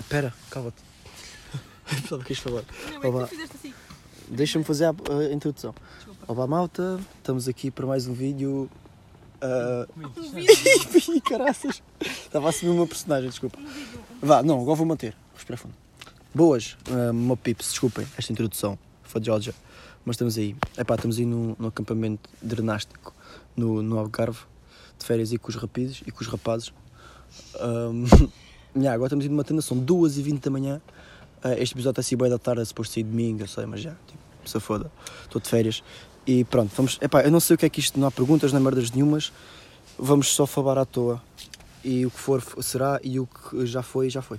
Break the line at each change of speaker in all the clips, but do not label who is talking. Espera, cala-te. Pensava que ias falar.
Não,
Olá.
é que tu fizeste assim.
Deixa-me fazer a, a introdução. Olá, malta. Estamos aqui para mais um vídeo. ah,
Um vídeo, Um
Ih, caraças. Estava a assumir uma personagem, desculpa. Vá, não, agora vou manter. Vou respirar fundo. Boas, ah, meu pips, desculpem esta introdução. Foi de Georgia. Mas estamos aí. Epá, estamos aí num, num acampamento drenástico no, no Algarve, de férias e com os rapizes e com os rapazes. Ah, Ahm, nhá, agora estamos indo numa tenda, são 2h20 da manhã. Ah, este episódio está a sair bem da tarde, é suposto sair domingo, eu sei, mas já, tipo, se foda. Estou de férias. E pronto, vamos. Epá, eu não sei o que é que isto, não há perguntas, não há merdas nenhumas. Vamos só falar à toa. E o que for, f- será, e o que já foi, já foi.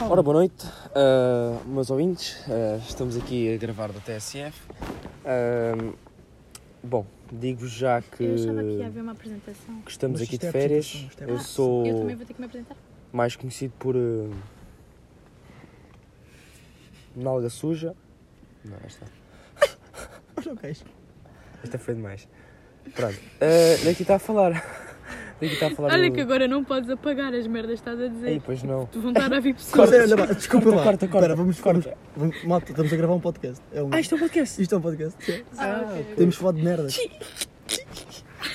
Ora, boa noite, ah, meus ouvintes. Ah, estamos aqui a gravar do TSF. Ah, bom, digo-vos já que,
Eu achava que ia haver uma apresentação.
que estamos
Mas
aqui
isto
de
é
férias.
apresentação, isto é
Eu
apresentação.
sou
Eu também vou ter que me apresentar.
mais conhecido por. ah, Nalga Suja. Não, esta, esta foi demais. Pronto, ah, daqui está a falar. Daqui está a falar.
Olha
do-
que agora não podes apagar as merdas que estás a
Ei,
dizer.
pois não.
Vão estar a vir pessoas.
Corta, olha, pá, é, desculpa
corta,
lá.
corta, corta,
Espera, vamos,
corta.
vamos- Malta, estamos a gravar um podcast. É um...
Ah, isto é um podcast.
Isto é um podcast. sim.
Ah, ok.
Temos falado de merdas.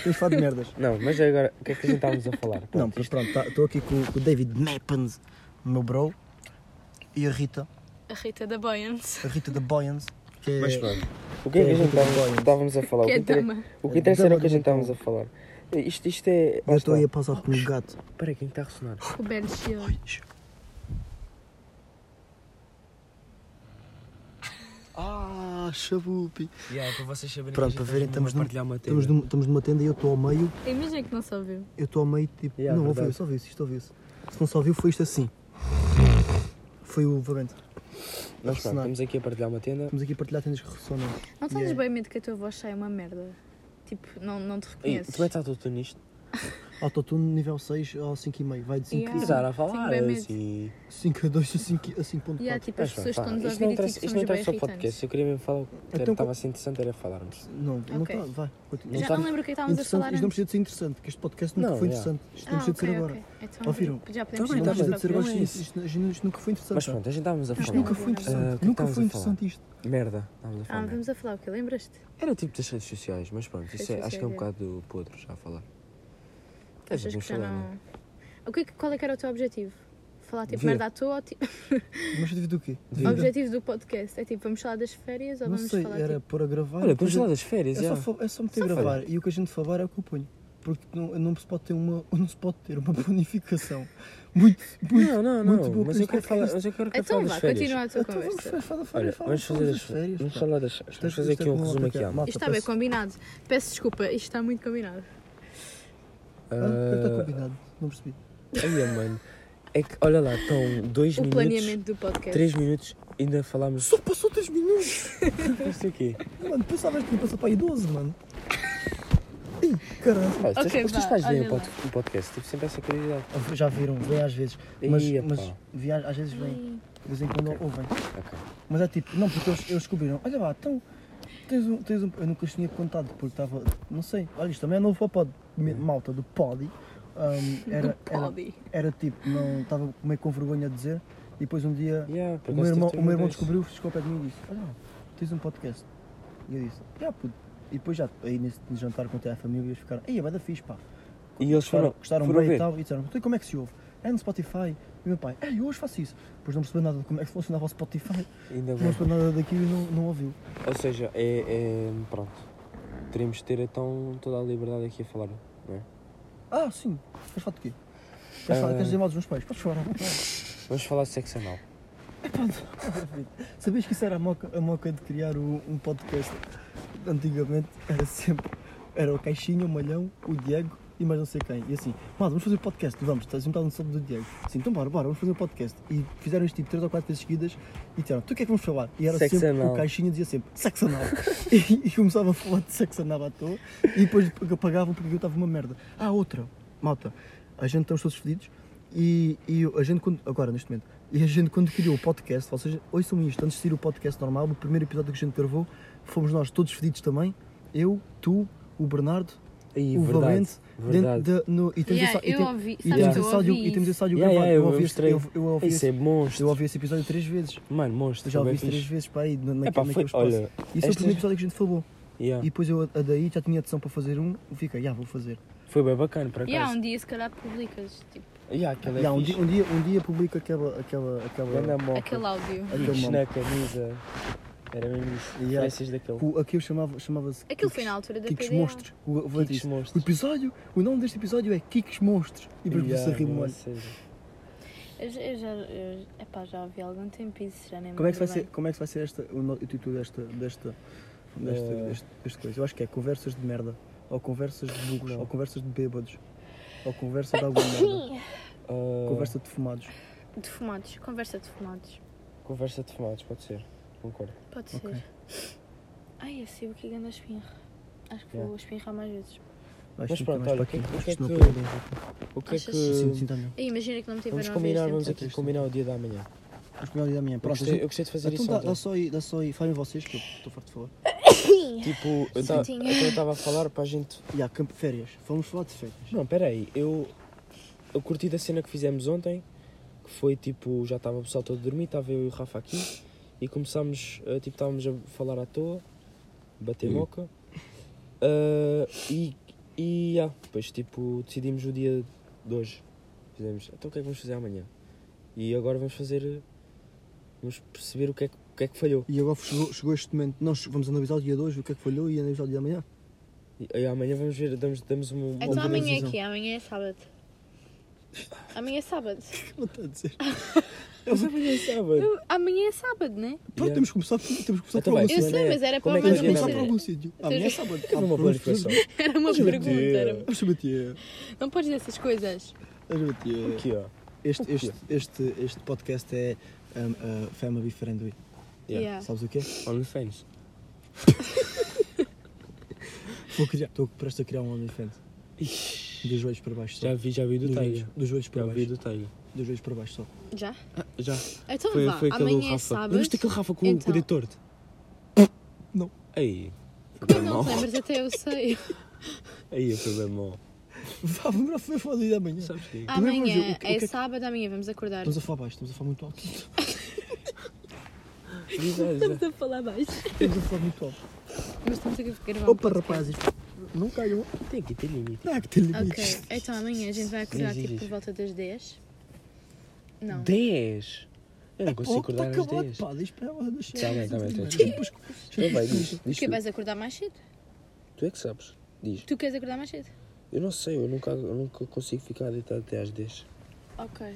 Temos falado de merdas.
Não, mas agora, o que é que a gente estávamos a falar?
Não, mas pronto, tá, estou aqui com, com o David Mappens, o meu bro, e a Rita,
A Rita da Boyance.
a Rita da Boyans, que é...
Mas pronto. O que é que a
É,
gente
muito
estávamos-
bom.
estávamos a falar? O
Que
que
é
inter-
dama.
O que interessa era o que a gente
Dama de
estávamos a falar. Isto, isto é.
Eu estou aí a pausar com o gato.
Espera, quem é está a ressonar?
O Ben Shield.
Ah, chabupi.
para vocês saberem
Pronto, para verem, estamos num-
partilhar uma
Estamos, num- estamos numa tenda e eu estou ao meio,
Imagina é que não se ouviu.
eu estou ao meio, tipo...
Yeah, é
não,
verdade.
ouviu, só ouviu-se, isto ouviu-se. Se não só ouviu, foi isto assim. Foi o vagante.
Nós pronto, estamos aqui a partilhar uma tenda.
Estamos aqui a partilhar tendas que ressonam.
Não tens
Yeah.
bem medo que a tua voz saia uma merda? Tipo, não, não te
Ei,
reconheces.
tu metes autotune nisto?
Autotune nível 6 ao 5,5, vai de 5
Yeah.
Começar
Tenho
a falar
bem medo.
assim.
5 a 2 a 5 a 5.4.
E há tipo, as
Mas pronto,
pessoas estão-nos a
pá, isto não
ouvir e tipo,
interessa- Isto
somos
não
bem
interessa ao
irritantes.
podcast. Eu queria mesmo falar o que era-
Então,
estava assim interessante era falarmos.
Não, não
Ok.
está, vai. Continua.
Já
Não
não
tá-
lembro o que é que estávamos a falar
Interessante, isto não
antes.
precisa de ser interessante, porque este podcast nunca
Não,
foi
é.
interessante. Isto
Ah,
não precisa de ser
ok,
agora.
ok. Então,
Ouviram?
Já podemos
Tá
Isto
bem,
não
ir para
tá bem.
precisa de ser
o
Não
agora,
é
isto,
isso.
isto- isto- isto nunca foi interessante.
Mas pronto, a gente estávamos a
isto
falar.
tá. nunca foi interessante.
Ah, o que
nunca
estávamos
foi
a falar?
interessante isto.
Merda. Estávamos a
Ah,
falar. merda.
vamos a falar o que lembraste?
Era o tipo das redes sociais, mas pronto, isso é-
Redes
acho que é um
sociais,
bocado podre já a falar. É,
Achas que
vamos
já
falar, né?
não. O que é que- qual é que era o teu objetivo? Falar tipo
Ver.
merda à toa ou tipo.
Mas devido o quê?
O
Devido-
objetivo do podcast é tipo, vamos falar das férias ou
Não
Então vamos
sei,
falar
era
tipo.
pôr a gravar.
Olha,
o que a
vamos falar
gente-
das férias,
é
já.
só fa- É só meter a
Só
gravar
falar.
e o que a gente falar é o que eu ponho. Porque não, não se pode ter uma. Não se pode ter uma planificação. Muito, muito.
Não, não,
muito
não.
boa
Mas
para
eu quero
este
falar
podcast.
mas eu quero quero
Então
falar
vá,
das férias.
continua a tua
Então vamos
conversa.
fala- fala- fala-
Olha,
fala
vamos fazer
das
as
férias,
Vamos
pá.
falar das Vamos
Isto é-
fazer
isto é
aqui um
com
resumo aqui.
autocarro.
ó.
Malta,
Isto está bem
peço-
combinado. Peço desculpa, isto está muito combinado.
Ah, está
Ah,
combinado, não percebi.
Olha, Ah, mano. É que, olha lá, estão dois
O
minutos,
planeamento é do podcast.
três minutos, ainda falámos
Só passou 3 minutos!
sobre isto aqui.
Mano, pensavas que ia passar para aí 12, mano. Ih, caralho.
Pá,
Ok,
Vocês
vá,
fazem bem
olha
o pod- o podcast, tive sempre essa curiosidade.
Já viram, Ah, vê às vezes. Mas,
Ih, epá.
mas vi às, às vezes vem.
Ai,
De vez em quando ouvem.
Ok.
Mas é tipo, não, porque eles, eles descobriram. Olha lá, então. Tens um, tens um. Eu nunca os tinha contado porque estava. Não sei. Olha, isto também é novo para o pod. me- Malta do Podi. Ahm, era, era,
Podi.
era tipo, não estava meio com vergonha de dizer. E depois um dia
Yeah, por
O
acaso
meu
tive
irmão,
também
o meu irmão
dois.
descobriu, chegou ao pé de mim e disse: Olha, lá, tens um podcast. E eu disse: Já, puto. E depois já, aí nesse jantar contei à família e eles ficaram: Ei, vai da fixe, pá.
um E eles foram,
gostaram
foram
bem
ver.
e tal. E disseram: Então como é que se ouve? É no Spotify. E o meu pai: Ei, eu hoje faço isso. Depois não percebeu nada de como é que funcionava o Spotify.
Ainda
Não
bem.
percebeu nada daquilo e não, não ouviu.
Ou seja, é, é- Pronto. Teremos de ter então toda a liberdade aqui a falar. não é?
Ah, sim. Mas fato de quê? Queres
Ah.
falar? Queres dizer mal dos meus pais? Podes chorar.
Vamos falar de sexo anal.
Sabias que isso era a moca, a moca de criar o- um podcast? Antigamente era sempre. Era o Caixinha, o Malhão, o Diego e mais não sei quem. E assim, malta, vamos fazer podcast, vamos, um estás juntado no sábado do Diego. Assim, então bora, bora, vamos fazer um podcast. E fizeram isto tipo 3 ou 4 vezes seguidas e disseram, tu o que é que vamos falar? E era
Sexo
sempre,
anal.
o Caixinha dizia sempre, sexo anal. e, e começava a falar de sexo anal à toa e depois apagavam porque eu estava uma merda. Ah, outra, malta, a gente estamos todos fedidos e, e a gente, quando, agora neste momento, e a gente quando criou o podcast, vocês ouçam isto, antes de sair o podcast normal, o primeiro episódio que a gente gravou, fomos nós todos fedidos também, eu, tu, o Bernardo
Aí,
o
verdade.
Valente
verdade.
dentro da. No, e temos
Yeah,
esse e
eu
tem-
ouvi,
e
sabes,
temos
eu
esse áudio-
ouvi
e temos esse áudio
Yeah,
gravado.
yeah, eu-
eu, ouvi
eu
esse,
mostrei.
eu, eu ouvi
Isso
esse,
é monstro.
eu ouvi esse episódio três vezes.
Mano, monstro.
Eu já ouvi
bem
isso três
fixe.
vezes para aí, na,
Epá,
naquele,
foi,
naquele espaço.
olha,
Isso é o
estas- Ah.
primeiro episódio que a gente falou.
yeah,
E depois eu a daí já tinha adição para fazer um e fica, já vou fazer.
foi bem bacana, por
E há
acaso.
um dia, se calhar, publicas tipo,
Yeah, aquele é
Já, um,
fixe.
dia, um, dia, um dia publico aquela. aquela, aquela
Ganda moca.
aquele áudio.
aquele
Fixe né?
nome.
na camisa. Era mesmo isso.
é Yeah.
Referências daquele.
O- Aquilo chamava- chamava-se.
Aquilo
Kicks-
foi na altura da
Kicks
PDA.
Monstros. O, o, Valente
Kicks
disse,
Monstros.
o episódio, o nome deste episódio é Kicks Monstros. E depois
Yeah,
você rimou.
não
olha.
sei.
Eu, já- eu já, eu, epá, já ouvi há algum tempo isso, já nem me
Como é que vai
lembro
ser, como é que vai ser esta, o, no- o título desta, desta, desta,
Eh.
deste- deste coisa? Eu acho que é conversas de merda, ou conversas de burros,
Não.
ou conversas de bêbados, ou conversa de alguma merda,
Ah,
conversa de fumados.
bem. De fumados, conversa de fumados.
Conversa de fumados, pode ser. Concordo.
Pode
Ok.
ser. Ai, eu sei o que é que anda a espirra. Acho que
Yeah.
vou espirrar mais vezes.
Acho
Mas
que
pronto,
mais
olha,
para
o que é
aqui.
que- o que
Acho
é
que não
que-
pode bem.
O que é
Achas-
Sim,
que.
sim, também.
Ai, imagina que não me tiveram
Vamos
a ver
combinar,
este
vamos
tempo.
aqui combinar o dia da manhã.
Vamos pegar o dia da manhã.
Eu
Pronto,
gostei, eu gostei de fazer
então
isso
dá, dá
ontem.
só aí, dá só aí, falem vocês, que eu estou farto de falar.
Tipo, eu ta-
Sim.
então eu estava a falar para a gente.
E há campo de férias, vamos falar de férias.
Não, peraí, eu. Eu curti da cena que fizemos ontem, que foi tipo, já estava o pessoal todo a dormir, estava eu e o Rafa aqui, e começámos, eh, tipo, estávamos a falar à toa, bater moca, ah, e. E ah, depois, tipo, decidimos o dia de hoje. Fizemos, então o que é que vamos fazer amanhã? E agora vamos fazer. eh, Vamos perceber o que é que, o que, é que falhou.
E agora chegou, chegou este momento, nós vamos analisar o dia de hoje, o que é que falhou e analisar o dia da manhã.
E, e amanhã vamos ver, damos, damos um.
Então
Vamos ver a
amanhã
decisão.
é que Amanhã é sábado. Amanhã é sábado.
Não está a dizer.
Ah, Mas amanhã é sábado.
Eu- amanhã é sábado, né?
Pronto,
Yeah.
temos que começar por, temos que começar
Então
por
vai,
algum
Eu
Isso
sítio.
sei,
é-
mas era
como
para
é que
mais
eu
Temos que
ia
uma
começar por
lembrar?
cena.
algum sítio. Amanhã é sábado.
Teve uma planificação.
Era uma
Hoje é
pergunta. era uma-
Vamos debater.
Não podes dizer essas coisas.
Vamos debater.
Aqui, ó.
Este, este, este, este podcast é um, uh, Family Friendly.
Yeah.
Yeah.
Sabes o quê?
OnlyFans.
Vou criar. Estou prestes a criar um OnlyFans. Dos joelhos para baixo só.
Já vi, já vi do
Dos joelhos,
Tiger.
dos joelhos
Já
para
vi
baixo.
do Tiger.
Dos joelhos para baixo só.
Já?
Já.
Então
Foi,
vá,
foi aquele
amanhã
Rafa.
é sábado.
Lembras daquele Rafa com
Então.
o dedo torto?
Não.
Aí.
Quem não te lembras até eu sei.
Aí foi bem mau.
Vá, vamos lá foi falar da manhã.
Sabes quê?
Primeiro vamos ver
Amanhã
o que- o que é
é
que-
sábado, amanhã vamos acordar.
Estamos a falar baixo, estamos a falar muito alto.
Diz, ah, diz,
Estamos a falar baixo.
Estamos a falar muito alto.
Mas estamos a gravar. um
Opa,
podcast.
rapazes. Não caiam.
ah. Tem aqui, tem limite.
Não é que tem
Ok,
limites.
então amanhã a gente vai acordar
Diz, diz,
tipo por
diz.
volta das 10. Não. É
10! Eu não consigo acordar às 10.
Pá, diz para ela deixar.
Tá bem, tá bem, tá bem. Então vai, diz, diz
Porque
tu.
vais acordar mais cedo?
Tu é que sabes. Diz.
Tu queres acordar mais cedo?
Eu não sei, eu nunca, eu nunca consigo ficar deitado até às 10.
Ok.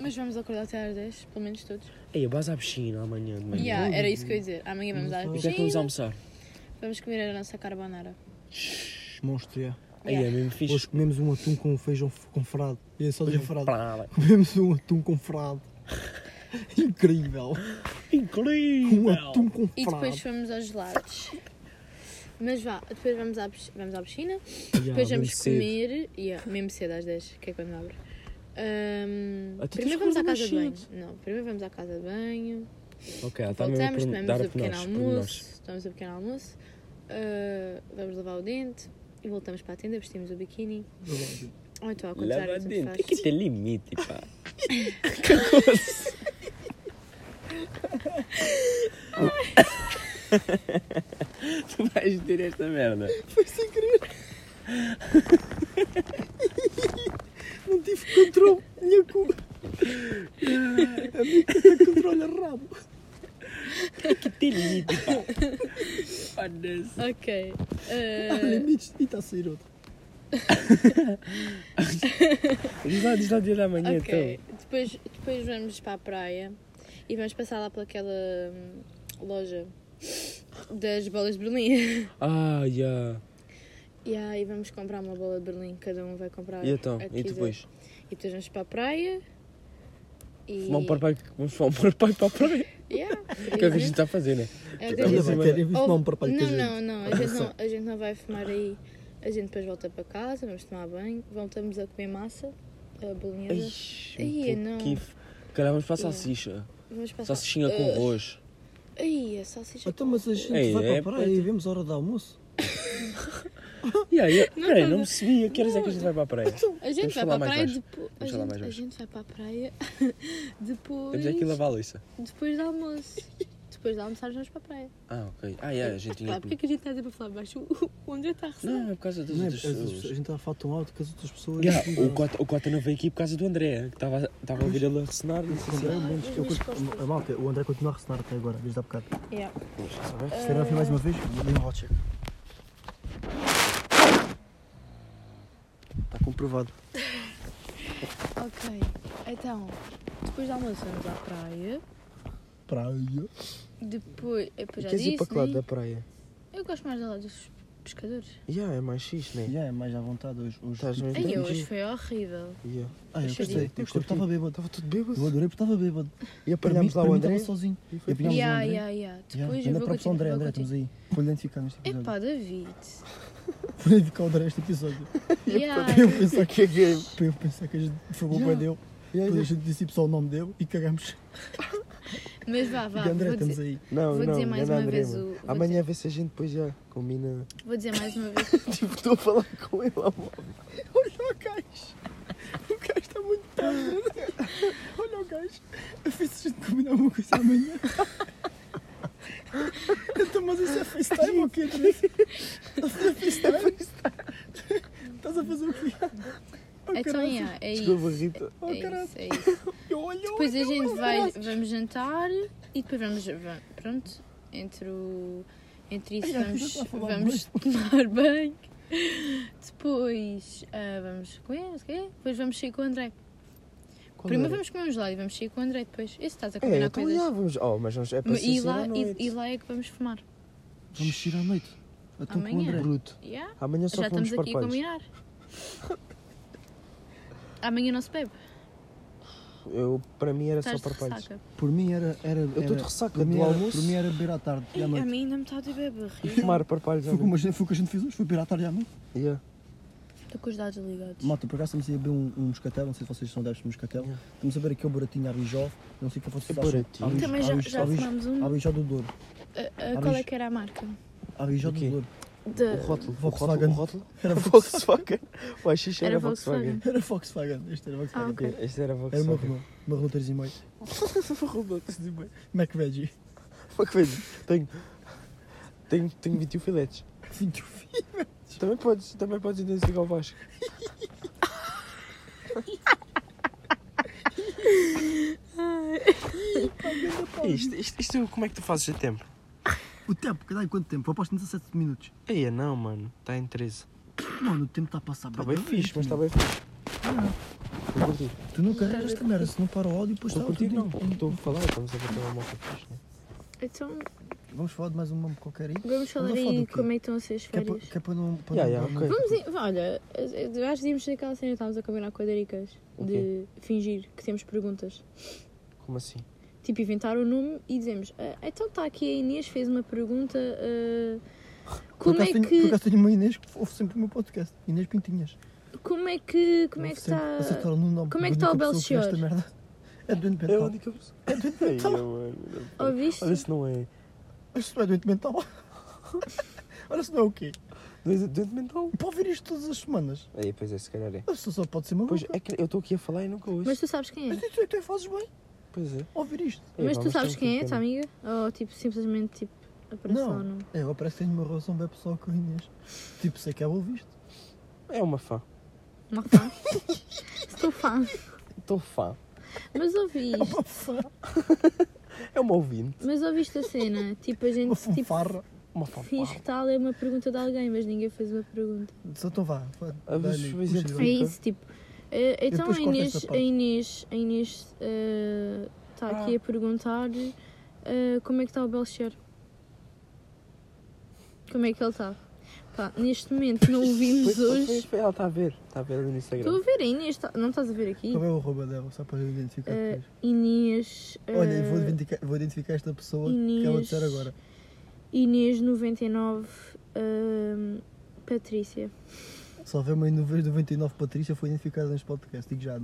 Mas vamos acordar até às 10, pelo menos todos.
Ei, a base à piscina amanhã de manhã.
Yeah, era isso que eu ia dizer. Amanhã vamos às
O que é que vamos
10.
almoçar?
Vamos comer a nossa carbonara.
Monstro, é.
Aí é mesmo
Hoje
fixe.
comemos um atum com feijão f- com frado. E é só dizer frado.
Prada.
Comemos um atum com frado. Incrível! Um
Incrível!
atum com frado.
E depois fomos aos gelados. Mas vá, depois vamos à, pis- vamos à piscina. Depois
mesmo
vamos
cedo.
comer. Yeah, mesmo cedo às 10, que é quando abre. Ahm,
Ah, tu tens
primeiro vamos
que
à
acordar
casa de banho.
mais
Não, primeiro vamos à casa de banho.
Ok, está mesmo a
Voltamos,
pergun-
comemos
dar
o pequeno
pormenores, pormenores.
almoço. Tomamos o pequeno almoço. ah, vamos lavar o dente. E voltamos para a tenda, vestimos o biquíni. Ou então, ao contrário,
Lava
tanto
dentro.
faz.
Tem que ter limite, pá. tu vais ter esta merda.
Não tive controle, minha culpa. A minha controla rabo.
Tem que ter limite, pá. Foda-se.
Ok.
Há
ah,
limites. E está a sair outro.
Diz lá, diz lá o dia da manhã,
ok.
então.
Depois, depois vamos para a praia e vamos passar lá pelaquela hum, loja das bolas de Berlim.
então. Ah, já.
E aí vamos comprar uma bola de Berlim, cada um vai comprar.
E então,
a que
e
quiser.
depois?
E depois vamos para a praia. E...
Vamos para o pai, vamos para o meu pai para a praia.
Yeah,
O que é que a gente está a fazer, né?
É o que a
Olha,
gente-
vai ter visto um parpalho
não,
que a gente-
não, não, a gente não, a gente não vai fumar aí. A gente depois volta para casa, vamos tomar banho, voltamos a comer massa, a bolinhada.
Ixi, um
Ai, eu não.
Cara, vamos para a
Yeah.
salsicha.
Vamos passar.
Salsichinha com
Ah.
arroz.
Aí, a salsicha.
Então, mas a gente
Ei,
vai
é
para a praia
perto.
e vemos a hora do almoço.
Yeah, yeah.
Não
Peraí,
tô-
não me sabia. Que horas é que a gente vai para a praia?
A
Vamos
gente vai
falar
para a
mais
praia
baixo.
depois. A
Vamos falar mais
gente, a
baixo.
gente vai para a praia
Temos aqui a
depois.
lavar a louça.
Depois do almoço. Depois de almoçar, vamos para a praia.
Ah, ok. Ah, yeah, a gente tinha...
Claro, porque é que a gente está a dizer para falar baixo? O- O André está a receber.
Não, é por causa das
Não é,
outras
as- as-
pessoas.
a gente está a falar tão alto que as outras pessoas.
Yeah, o, Cota, o Cota não veio aqui por causa do André, que estava estava a ouvir ele a ressonar. não
O
sei se-
André,
Ai,
menos-
as
eu
minhas
continuo-
costas.
a malta, o André continua a ressonar até agora, desde há bocado.
Yeah.
Se calhar foi mais uma vez, dei um hot check.
Está comprovado.
Ok, então, depois do almoço vamos à praia.
Praia.
Depois. Eu
E
já
queres ir
disse.
para que lado
né?
da praia?
Eu gosto mais do lado dos pescadores.
Yeah, é mais xixi, né?
Yeah, é mais à vontade hoje. hoje
Estás mesmo
Ai,
Sim.
hoje foi horrível.
Yeah.
Ah, eu
Achei
gostei, eu
divertido.
gostei, estava bêbado.
Estava tudo
Eu
bêbado.
adorei porque estava bêbado.
E
Para mim,
apanhámos lá
para
o
mim
André.
estava sozinho.
e foi-
Eu vinha- Apanhámos o
Yeah,
André.
yeah, yeah.
Yeah.
Depois eu
Manda
vou
para a opção
continuar.
André,
vou
André, estamos
continuar.
aí. Vou identificar neste episódio.
Epá, David.
Vou identificar o André neste episódio.
Yeah.
Para eu pensar que, para eu pensar que a gente formou
Yeah.
yeah. dele, depois a gente disse só o nome dele e cagamos.
Mas vá, vá.
e André,
vou,
estamos
dizer,
aí.
Não,
vou
não,
dizer mais
grande
uma
André,
vez
mano.
o. vou
Amanhã vê se a gente depois já combina.
dizer- Vou dizer mais uma vez.
Tipo, estou a falar com ele ao móvel. Olha o gajo. O gajo está muito tarde. Olha o gajo. A face a gente combinar uma coisa amanhã. Então, mas isso é FaceTime ou o quê, André? Estás a fazer FaceTime? Estás a fazer o quê? Oh,
Então,
caralho.
yeah, é isso.
Desculpa, Rita.
Oh,
É
caralho.
isso, Tipo, é isso.
Eu olho,
Depois a
olho,
gente
olho,
vai,
olho.
vamos jantar e depois vamos, va- pronto, entre o, entre isso
Ai, ai, já está a
vamos,
falar
vamos tomar banho, depois ah, vamos comer, não sei o quê, depois vamos sair com o André.
Qual
é?
Primeiro
era?
vamos comer um gelado e vamos sair com o André depois. Isso estás a
É,
combinar
então
coisas.
já vamos. Oh, mas vamos. É para
Mas e, lá,
lá,
e, e lá é que vamos fumar.
Vamos tirar à noite. É Eu estou com o
Amanhã.
André.
Bruto.
Yeah?
Amanhã só
Já
fomos
estamos
para
aqui a
quais?
combinar. Amanhã não se bebe.
Eu, para mim era só
Estás de
parpalhos.
ressaca.
Por mim era. era
Eu estou de
era-
ressaca
Por mim
do
era-
almoço.
Por mim era beira à tarde e
Ai,
à
a
noite.
mim ainda me está a doer a barriga.
Fumar parpalhos.
Foi como, a gente, foi o que a gente fez hoje, foi beira à tarde e à noite.
Yeah.
Estou com os dados ligados.
Malta, por acaso estamos aí a beber um, um moscatel, não sei se vocês são adeptos de moscatel.
Yeah.
Estamos a beber aqui o baratinho à Bijó, não sei o que vocês
É
acham.
Baratinho.
À Bijó-
Também
à
já,
Bijó-
já
à Bijó-
fumámos um.
À Bijó do Douro.
Ah, ah, qual
Aris.
é que era a marca?
À Bijó
Do
do
quê?
Douro.
De...
O rótulo. O rótulo.
Volkswagen.
O rótulo.
Era Volkswagen.
Volkswagen. O AX era
Era
Volkswagen.
Volkswagen.
Era Volkswagen. Este era Volkswagen.
Ah, ok.
Este era
Era uma
Volkswagen.
Renault. Uma Renault 3,5. MacVeggie.
Uma coisa. Tenho. Tenho, tenho 21 filetes.
Sim, tu filho.
Também podes, também podes identificar o Vasco. Isto, isto, isto, como é que tu fazes a tempo?
O tempo, que dá em quanto tempo? Eu aposto em 17 minutos.
Aí é não, mano. Está em 13.
Mano, o tempo está a passar
Está bem
da
fixe,
frente,
mas está
mano.
bem fixe. Estou curtindo.
Tu nunca arranjas esta merda, se não para o áudio, depois tá
Estou
está
curtindo,
outro dia.
Ah. não. Estou a falar, estamos a bater uma moto fixe. né?
Então,
Vamos falar de mais um nome qualquer aí?
vamos falar
Vamos falar
aí
do quê?
como é que estão a ser as
Que é para,
férias.
que é para não. Para
Yeah,
não
yeah, ok.
Vamos em... Olha, eu acho que devíamos naquela cena que estávamos a combinar com a Dericas
O
de fingir que temos perguntas.
Como assim?
Tipo, inventar o nome e dizemos "Ah, Então está aqui a Inês fez uma pergunta ah,
Por
Como é
acaso tenho- Por
que...
acaso tenho uma Inês que ouve sempre o meu podcast. Inês Pintinhas.
Como é que... Como é que
Ouve sempre.
está...
Acertaram no nome.
como é que
da
está o
única pessoa que fez
Belchior?
esta merda. É doente
É a
mental.
única pessoa. É doente mental.
Ouviste?
Olha se não é.
Isto não é doente mental. Olha se não é o quê?
Não é doente mental.
Pode ouvir isto todas as semanas.
Aí, pois é, se calhar é.
Isto só pode ser uma
Pois
boca.
é que eu estou aqui a falar e nunca ouço.
Mas tu sabes quem é?
Mas tu, tu é que fazes bem
Pois é.
ouvir isto.
Ei,
Mas
pá,
tu sabes
um
tenho
quem é,
que-
tua amiga? Ou tipo, simplesmente tipo, aparece
Não.
lá no...
É, agora parece que tenho uma relação bem pessoal com a Inês. Tipo, sei que ela ouve isto.
É uma fã.
Uma fã? Estou fã.
Estou fã.
Mas ouviste,
Uma fã,
É uma ouvinte.
mas ouviste a cena? Tipo, a
uma
gente tipo,
fanfarra.
Uma fã.
finge que tal é uma pergunta de alguém, mas ninguém fez uma pergunta.
Só então vá. vá,
Ah, mas
dá-lhe,
pois é,
puxa-lhe.
Sim,
É
ok.
isso, tipo. eh, então
depois
a
corta
Inês,
esta
a
parte.
Inês, a Inês está
Ah.
aqui a perguntar eh, como é que está o Belcher. Como é que ele está? Pá, neste momento não o vimos hoje.
Ela está a ver. Está a ver ali no
Estou a
Instagram.
ver a Inês, tá- não estás a ver aqui?
Qual é tá, o arroba dela? Só para eu identificar
Eh,
depois.
Inês. eh,
Olha, eu vou identificar, vou identificar esta pessoa que ela
Inês.
disser agora.
Inês 99 hum, Patrícia.
Só vê uma em vez 99 Patrícia foi identificada neste podcast, digo já.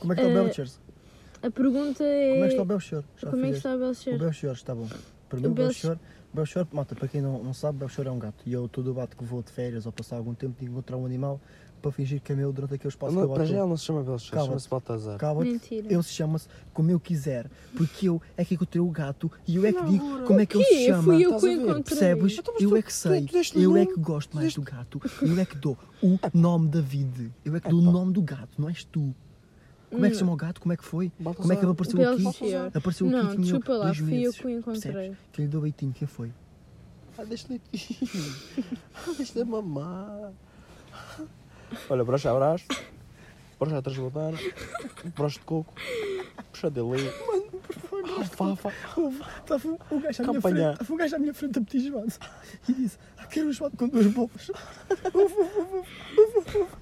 Como é que está
Eh,
o Belcher?
A pergunta é
Como é que está o Belcher? Já
como é que
fizeste.
está o
O
Belcher?
Belcher está bom. Para mim,
O
o
Belch-
Belcher Belchor, mata, para quem não, não sabe, Belchor é um gato. E eu todo bate que vou de férias ou passar algum tempo de encontrar um animal para fingir que é meu durante aquele espaço que eu
Não,
lá
para já
estou.
ele não se chama Belchor,
Calma-te.
chama-se Baltazar.
Cala-te,
Mentira.
ele se chama -se como eu quiser, porque eu é que encontrei o gato e eu é que
Não,
digo
Laura.
como é que ele se
Quê?
chama.
Fui eu
estás
que o
a ver?
encontrei.
Percebes?
Então, mas
Eu
tu-
é que
tu-
sei.
tu deste
eu
nome,
é que gosto
tu
mais
deste-
do gato. Eu é que dou o nome da vida. Eu é que dou o nome do gato, não és tu. Como é que se chama o gato? Como é que foi?
Baltazar.
Como é que ele apareceu
Belchior.
aqui? Apareceu
Não,
aqui tinha
desculpa lá,
dois
fui eu
meses.
que o encontrei.
Percebes? Que lhe deu beitinho, quem foi?
Ah, deixa-lhe ir. Ah, deixa-lhe mamar.
Olha, brocha abraço, brocha transbotar, brocha de coco, puxa de lei, alfafa.
Estava um- um gajo à minha
Campanha.
frente, estava um gajo à minha frente a pedir joado. E disse, ah, quero um joado com duas bolas. Uf, uf, uf, uf, uf, uf.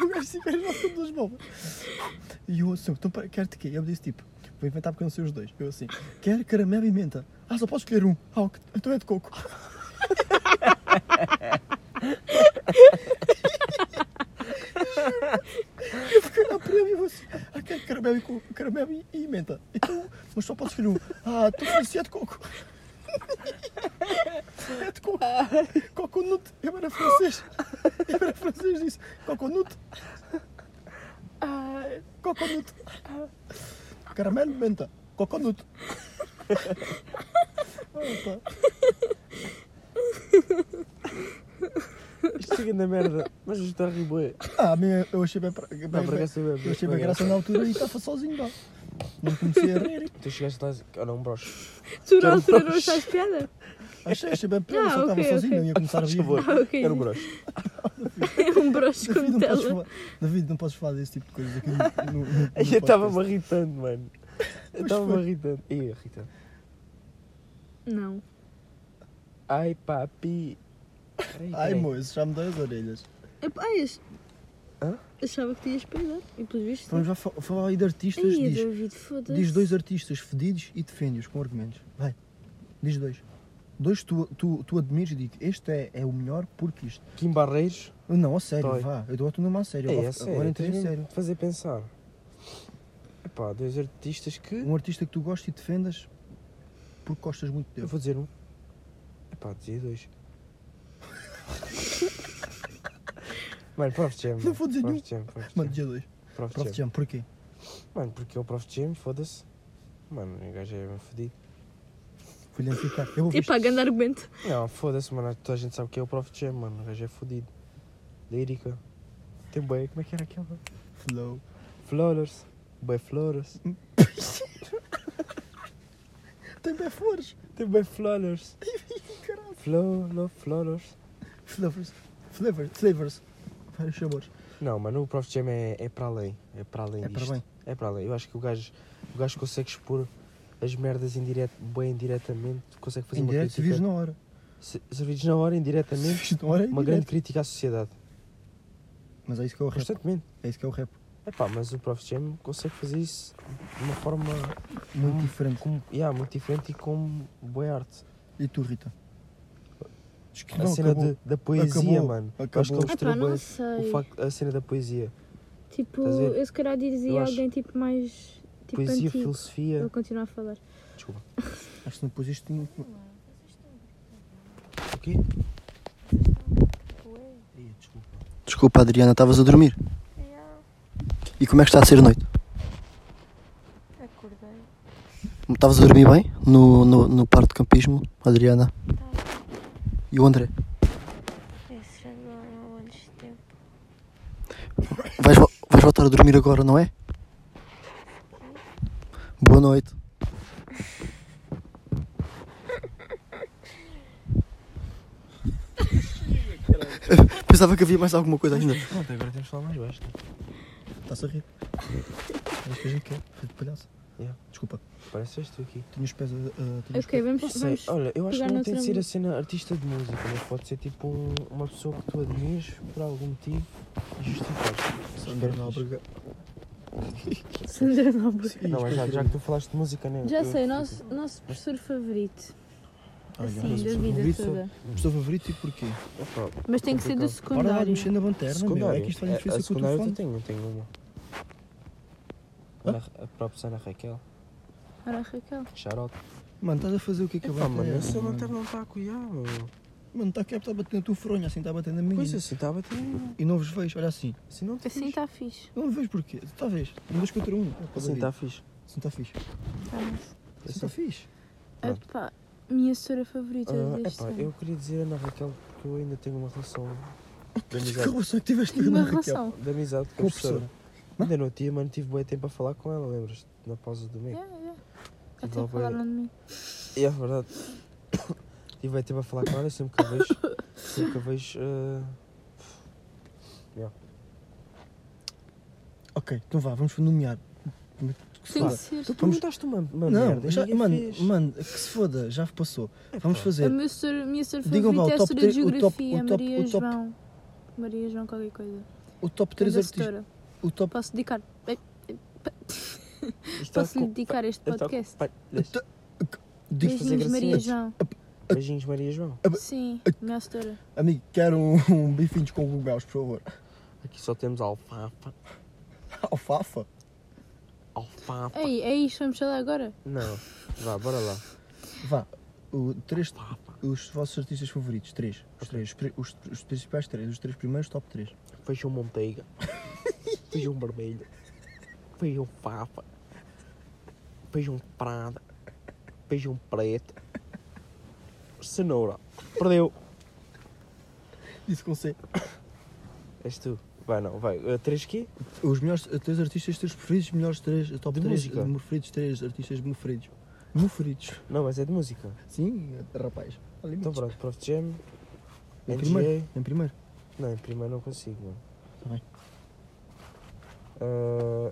O gajo disse, quero um joado com duas bolas. E eu assim, então para- quero-te quê? Eu disse tipo, vou inventar porque eu não sei os dois. Eu assim, quero caramelo e menta. Ah, só posso escolher um. Ah, ok, então é de coco. Eu fiquei lá para ele e eu assim, ah, quero caramelo e, coco, caramelo e, e menta. Então, mas só posso escolher um. Ah, tu conhecia de coco. É de coco. Coconut. Eu era francês. Eu era francês disse. Coconut. Ah, Coconut. Caramelo, menta. Coconut. Ah, pá.
Isto chega na merda, mas isto é está a rir bué.
Ah, bem, eu achei bem, pra- bem,
Não, por
bem-
acaso é bem-
eu achei bem
bem
graça na altura e estava sozinho lá. Não comecei a rir.
Tu chegaste lá e disse, oh não, brocha.
Tu
um
na altura não achas piada?
Achei, achei bem pior,
Ah,
só estava
ok,
sozinho,
ok.
não ia começar a
Faz
rir.
favor,
Ah, ok.
era um brocha.
É um broche
David,
com
não podes
tela.
falar, David, não podes falar desse tipo de coisas aqui no- no, no, no
Ai, Eu estava-me
podcast.
a rir tanto, mano. Eu
Pois
estava-me a
foi.
rir tanto. Ih, irritante.
Não.
Ai, papi. Peraí,
Ai,
peraí.
moço, já me dói as orelhas.
Eu- Ah, este...
Hã?
Achava que tu ias peidar. E pelos vistos.
Vamos já fa- falar aí de artistas.
Ai, é
diz,
David, foda-se. É
diz
um
dois artistas fedidos e defende-os com argumentos. Vai, diz dois. Dois tu, tu, tu admires e digo, este é, é o melhor porque isto.
Kim Barreiros.
Não, a sério,
Dói.
vá. Eu dou-te numa a sério.
É,
agora
é sério.
agora entrei a
tens
sério.
mesmo de fazer pensar. Epá, dois artistas que...
Um artista que tu gostes e defendas porque gostas muito
Eu
dele.
vou dizer um. Epá, dizia dois. Mano, Prof Jam.
Não vou dizer
Prof Jam, Prof
Mano,
Jam.
dia dois.
Prof
Prof.
Jam.
Jam, porquê?
Mano, porque é o Prof Jam, foda-se. Mano, o gajo é mesmo fodido.
Fui identificar. Eu vou ver.
Epá, grande argumento.
Não, foda-se, mano. Toda a gente sabe que é o Prof Jam, mano. O gajo é fodido. Lírica. Tem bué, como é que era aquela?
Flow.
Flores. Bué flores.
Tem bem flores.
Tem bué flores.
Caralho.
Flores, flores.
Flavors. Flavors. Flavors. Vários sabores.
Não, mano, o Prof Jam é, é para além. É para além
É
disto.
para bem.
É para além. Eu acho que o gajo, o gajo consegue expor as merdas indiret, bem indiretamente. Consegue fazer
Em
uma
direto, se vires
crítica.
na hora.
Se- se vires na hora,
Se
indiretamente.
vires na hora, é
Uma grande
direto.
crítica à sociedade.
Mas é isso que é o rap.
Constantemente.
É isso que é o rap.
É pá, mas o Prof. Jam consegue fazer isso de uma forma Hum,
Muito diferente.
como, yeah, muito diferente e com boa arte.
E tu, Rita?
a
Não,
cena
acabou.
de- da poesia,
Acabou.
mano. Eu Acho que
Acabou.
ele
Epá,
mostrou
Ah, não
bem o
sei.
facto, a cena da poesia.
Tipo,
Estás a ver?
eu se calhar
Eu
dizia
acho-
alguém tipo mais... Tipo
poesia,
antigo.
filosofia.
Vou continuar a falar.
Desculpa.
Acho que não pus isto tinha.
O quê? Ei, desculpa.
Desculpa, Adriana, estavas a dormir. E como é que está a ser a noite?
Acordei.
Estavas a dormir bem no, no, no parque de campismo, Adriana? E o André?
Esse já não era há antes de tempo.
Vais, vo- vais voltar a dormir agora, não é? Boa noite. Pensava que havia mais alguma coisa ainda.
Pronto, agora temos de falar mais baixo. né?
Estás a rir. É isto que a gente quer. Rir de palhaço.
Yeah.
Desculpa.
Parece este aqui.
Tenho os pés a. a- tenho os
Ok, vamos...
Não sei,
vamos...
olha, eu acho
pegar
que não tem de
noutra
ser
mu-
a cena artista de música, mas pode ser tipo um- uma pessoa que tu admires por algum motivo e justificas.
pés- Sandra Nóbrega.
Sandra Nóbrega.
E
Não, mas já,
depois-
já que tu falaste de música, né?
Já
eu-
sei, nosso, nosso professor favorito.
Olha,
Assim,
mas o
um
da
seu
vida
favorito-
toda.
O seu favorito e porquê?
Opa,
Mas tem que ser do
complicado.
Para lá de
secundário.
mexer na lanterna, meu. É que isto faz
É, a
diferença com o
secundária eu
telefone.
tenho, eu tenho uma.
Hã?
Ana- a própria Ana Raquel,
Ora, Raquel.
Xarote.
Mano, estás a fazer o que é que eu
Epá, mano,
bater?
essa lanterna não tá está a cuidar, mano.
Mano, está aqui, está batendo a tua fronha, assim, está batendo a minha.
Pois assim, estava batendo.
E não vos vejo, olha assim.
Assim não está
Assim
fixe.
tá
está fixe.
Eu não vejo porquê. Talvez. Um dois contra um.
Assim está fixe.
Assim está fixe.
Tá nice.
Assim está fixe.
Pronto.
Epá, minha cena favorita
Então,
Ah,
deste
epá,
é.
ano.
eu queria dizer a Ana Raquel porque eu ainda tenho uma relação de
Que
amizade,
relação é que tiveste com
Tenho uma
a Raquel?
relação.
de amizade com a
Com a
professora.
Hã?
Ainda não tinha, mano, tive bem tempo a falar com ela, lembras? Na pausa do meio.
Yeah, yeah.
Tive
Até
bué-
falaram de mim.
É é verdade. Tive bem tempo a falar com ela, sempre que a vejo. Sempre que a vejo. ah,
Ok, então vá, vamos nomear.
Tem
Claro.
que ser.
Tu
Vamos-
perguntaste uma, uma
Não,
merda.
já-
ninguém
mano,
fez.
mano, que se foda, já passou. Vamos
A
fazer.
minha cena minha cena
Digam lá, o
favorita é a
top
cena de
três- o
geografia.
top- o top-
Maria
o top-
João. Maria João qualquer coisa.
O top 3
Grande
artistas. Tá
setora.
O top.
Posso dedicar.
Está
Posso
com-
lhe
Então,
dedicar este
está com-
podcast?
Tá-
Diz fazer
Beijinhos, Maria
gracinhas.
João.
Beijinhos, Maria João.
Ah,
Sim, minha setora.
Amigo, quero um, um bifinhos com cogumelos, por favor.
Aqui só temos alfafa.
Alfafa.
Alfafa.
Ei, é isto, vamos falar agora?
Não. Vá, bora lá.
Vá. O, três,
Alfafa.
os vossos artistas favoritos. Três. Os três. os pri- Os, os principais três. Os três primeiros, top 3.
Feijão manteiga. Feijão vermelho. Feijão fafa. Feijão prada. Feijão preto. Cenoura. Perdeu.
Isso com C.
És tu. Vai não, vai. Uh, três quê?
Os melhores três artistas, três preferidos, melhores três, top
De
3
música?
preferidos, três artistas preferidos. Preferidos?
Não, mas é de música.
Sim, rapaz. Há limites.
Então pronto, Prof. Jam.
Em
NGA.
primeiro. Em primeiro.
Não, em primeiro não consigo, mano.
Tá bem.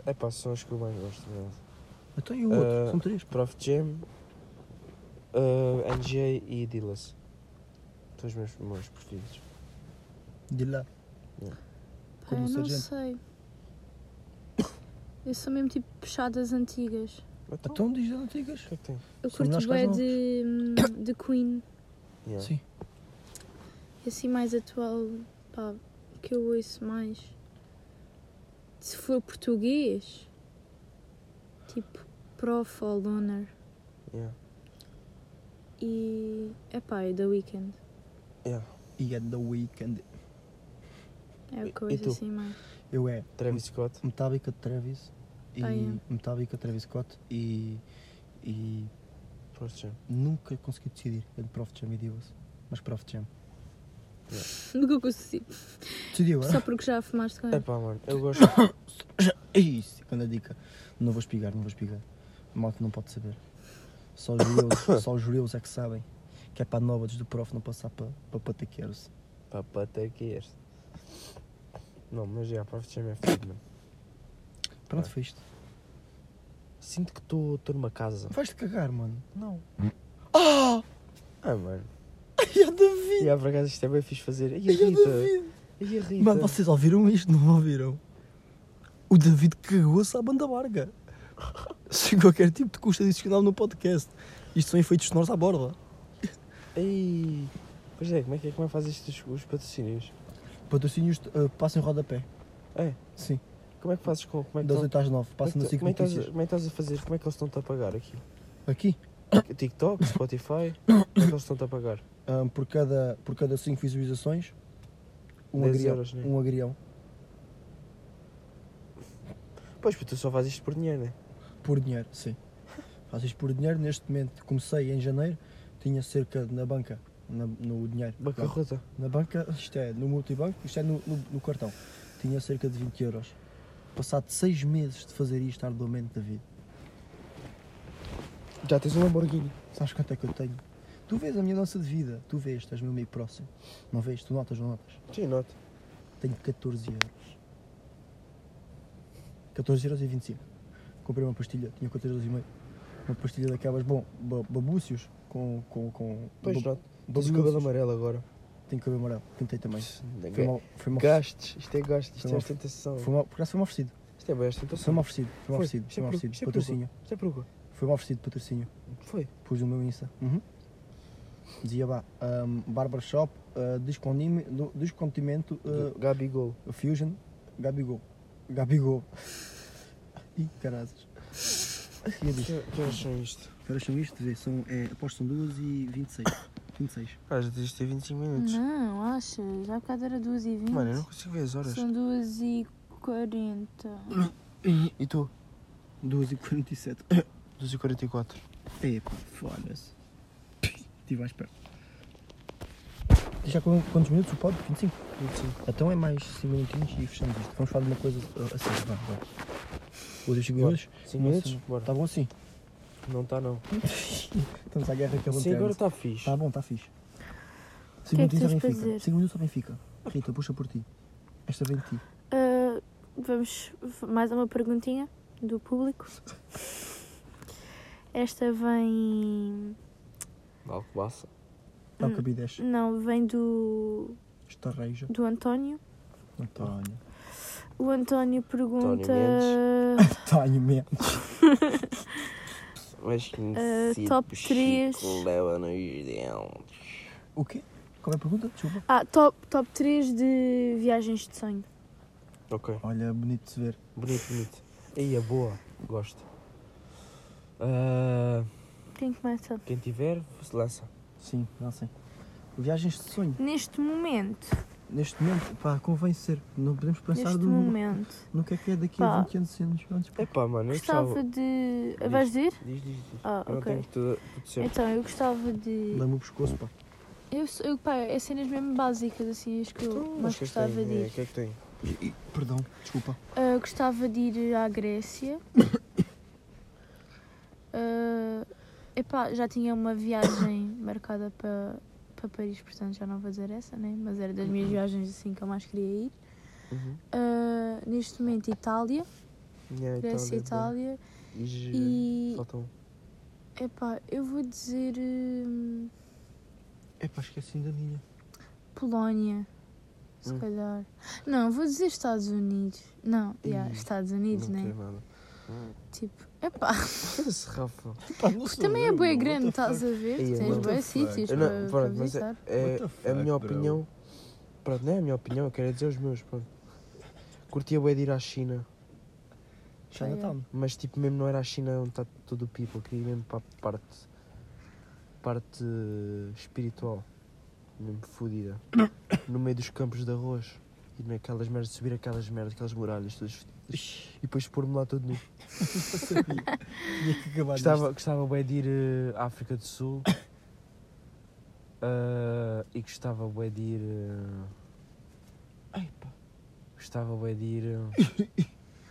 é pá, são os que eu mais gosto, mano.
Então e o outro?
Ah,
São três.
Prof. Jam, ah, NJ e Dillas. São os meus, meus preferidos.
De lá.
Pá,
Como
eu não
sargento.
sei. Eu sou mesmo tipo puxadas antigas.
Então,
Então diz as antigas.
o que é que tem?
Eu
São melhores
curto
que as
bem
novas.
de, hum, de Queen.
Yeah.
Sim.
E assim mais atual, pá, que eu ouço mais. Se for português, tipo Prof ou Loner
Yeah.
e. epá, e The Weeknd.
E é The Weeknd.
É
E-
o
e
que eu ouço
tu?
assim mais.
Eu é
Travis Scott.
Metallica de Travis. E
Ah, é.
Metallica Travis Scott. E. E.
Prof. Jam.
Hum. Nunca consegui decidir entre Prof Jam e Divas. Mas Prof Jam.
Nunca consegui.
Decidi
Só
agora?
porque já fumaste com
É
ele.
pá, mano, eu gosto.
É isso. Quando a dica. Não vou espigar, não vou espigar. Malta não pode saber. Só os reels, só os reels é que sabem. Que é para nóbades do Prof não passar para, para pataqueiros.
Papá, até que é este. Não, mas já, Prof. Jam é foda, mano.
Pronto,
Vai.
foi isto.
Sinto que estou numa casa.
Vais-te cagar, mano.
Não. Ah! Ah, mano.
Ai, a David!
E há por acaso isto é bem fixe fazer. E a Rita? E a Rita?
Mano, vocês ouviram isto? Não ouviram? O David cagou-se à banda larga. Sem qualquer tipo de custo adicional no podcast. Isto são efeitos sonoros à borda.
Ei. Pois é, como é que é que vai fazer estes os patrocínios?
Patrocínios uh, passam em rodapé.
É?
Sim,
Como é que fazes com. Como é que
das
tão-
8 às 9.
como é que
Passam
tão-
no 5
como é que estás a-
notícias.
como é que estás a fazer? Como é que eles estão-te a pagar aqui?
Aqui,
TikTok, Spotify? Como é que eles estão-te a pagar?
ah, por cada 5 por cada cinco visualizações, um
10
agrião.
euros, né?
Um agrião.
Pois, porque tu só fazes isto por dinheiro, né?
Por dinheiro, sim. Faço isto por dinheiro. Neste momento, comecei em janeiro, tinha cerca na banca, na- no dinheiro. lá.
Bancarrota.
Na banca, isto é, no multibanco, isto é no, no, no cartão. Tinha cerca de 20 euros. Passado 6 meses de fazer isto arduamente, David.
Já tens um Lamborghini.
Sabes quanto é que eu tenho? Tu vês a minha dança de vida. Tu vês, estás meu meio próximo. Não vês? Tu notas, não notas?
Sim, noto.
Tenho 14 euros. 14 euros e 25. Comprei uma pastilha, tinha 14 euros e meio. Uma pastilha daquelas, bom, ba- babúcios com... com, com
Pois,
ba-
noto. Tens o cabelo
babúcios.
amarelo agora.
Tenho cabelo amarelo. Tentei também. Foi
Ga-
mal, foi mal,
Gastes. Isto é gastes. Isto
Foi
é
uma-
ostentação.
foi mal, por acaso foi mal oferecido.
Isto é bem
Foi
ostentação.
mal oferecido, foi mal
Foi.
oferecido,
Isto
foi
é
mal
peruca,
oferecido,
isto é
patrocínio.
Isto é peruca.
Foi mal oferecido, patrocínio.
Foi.
Pus no meu Insta. Uhum. Dizia, vá, um, Barbershop, uh, descontime- do- descontimento, uh,
Gabigol.
Fusion, Gabigol. Gabigol. Ih, caras. E eu disse,
Que, que horas são isto?
que horas são isto? Vê, são, é, aposto são 2 e 26. 26.
Ah, já tens de ter 25 minutos.
Não, achas? Há bocado era 2 e 20.
Mano, eu não consigo ver as horas.
São 2 e 40.
E tu?
2 e 47.
2h44.
É, pá, foda-se. Estive à espera. Já com quantos minutos o pod? 25.
25.
Então é mais 5 minutinhos e fechamos isto. Vamos falar de uma coisa uh, a sério. Vá, vá. Os 5 minutos?
5 minutos? Bora.
Tá bom assim.
Não está não.
Estamos à guerra que é bom
Sim, agora está fixe.
Tá bom, tá fixe. 5
é que é que
minutinhos
tens
alguém
para
fica.
dizer?
5 minutos alguém fica. Rita, puxa por ti. Esta vem de ti.
Ah, vamos mais uma perguntinha do público. Esta vem.
De Alcobaça.
Dá o
Hum.
cabidez.
Não, vem do,
Estarreja.
do António.
António.
O António pergunta.
António mesmo.
Mas
conhecido Uh, top por Chico três.
Leva nos dentes.
O quê? Qual é a pergunta? Desculpa.
Ah, top, top 3 de viagens de sonho.
Ok.
Olha, bonito de se ver.
Bonito, bonito. Aí é boa. Gosto. Ah,
Quem começa?
quem tiver, se lança.
Sim, não sei. Viagens de sonho.
Neste momento.
Neste momento, pá, convém ser. Não podemos pensar
Neste
no,
momento.
no que é que é daqui
Pá.
a 20 anos, 100 anos. Antes, pá.
Epá, mano, eu
Gostava
gostava...
de.
Diz.
Vais dizer?
Diz, diz, diz.
Ah,
Eu não
ok.
tenho tudo, tudo certo.
Então, eu gostava de.
Dá-me o pescoço, pá.
Eu, sou- eu, pá, é cenas mesmo básicas, assim, as que eu mais
Mas o que é que
gostava
tem?
de
É,
ir.
O que é que tem?
E- e- perdão, desculpa.
Ah, gostava de ir à Grécia. Ah, epá, já tinha uma viagem marcada para para Paris, portanto já não vou dizer essa, né? Mas era das minhas viagens assim que eu mais queria ir.
Uhum.
Ah, neste momento Itália,
Yeah,
Grécia, Itália. E
E... Faltam
epá, eu vou dizer hum,
É pá, esqueci da minha.
Polónia, se
Hum.
calhar. Não, vou dizer Estados Unidos. Não, yeah,
Ih,
Estados Unidos,
não
né?
tem nada.
Tipo, epá.
Foda-se, Rafa.
Pá, não
Porque
sou
também
eu,
é
meu,
bué
what
grande,
the
estás a ver?
Ei,
Tens
what
bué
the fuck?
sítios
Eu
para,
não,
para
pronto, mas é,
visitar.
é-
What the
é a
fuck,
minha
bro?
opinião. Pronto, não é a minha opinião, eu quero dizer os meus. Pronto. Curtia bem de ir à China,
fuck? Chinatown.
mas tipo, mesmo não era a China onde está todo o people, queria ir mesmo para a parte, parte espiritual, mesmo fodida, no meio dos campos de arroz e naquelas merdas, subir aquelas merdas, aquelas muralhas todas fodidas e depois pôr-me lá todo nu.
Eu sabia. Tinha é que acabar
Gostava, gostava bem de ir eh, à África do Sul. Ah, e gostava bem de ir. eh,
Ai, pá.
gostava bem de ir. eh,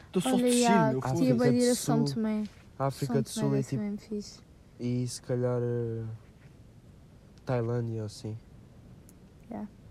Estou só a
Olha,
tossir,
já,
meu.
Ah,
curtia
África
bué de ir a
do
São
Sul.
Tomé.
à África
São né?
do Sul
Tomé
e,
deve ser
tipo,
bem fixe.
e se calhar. eh, Tailândia ou assim.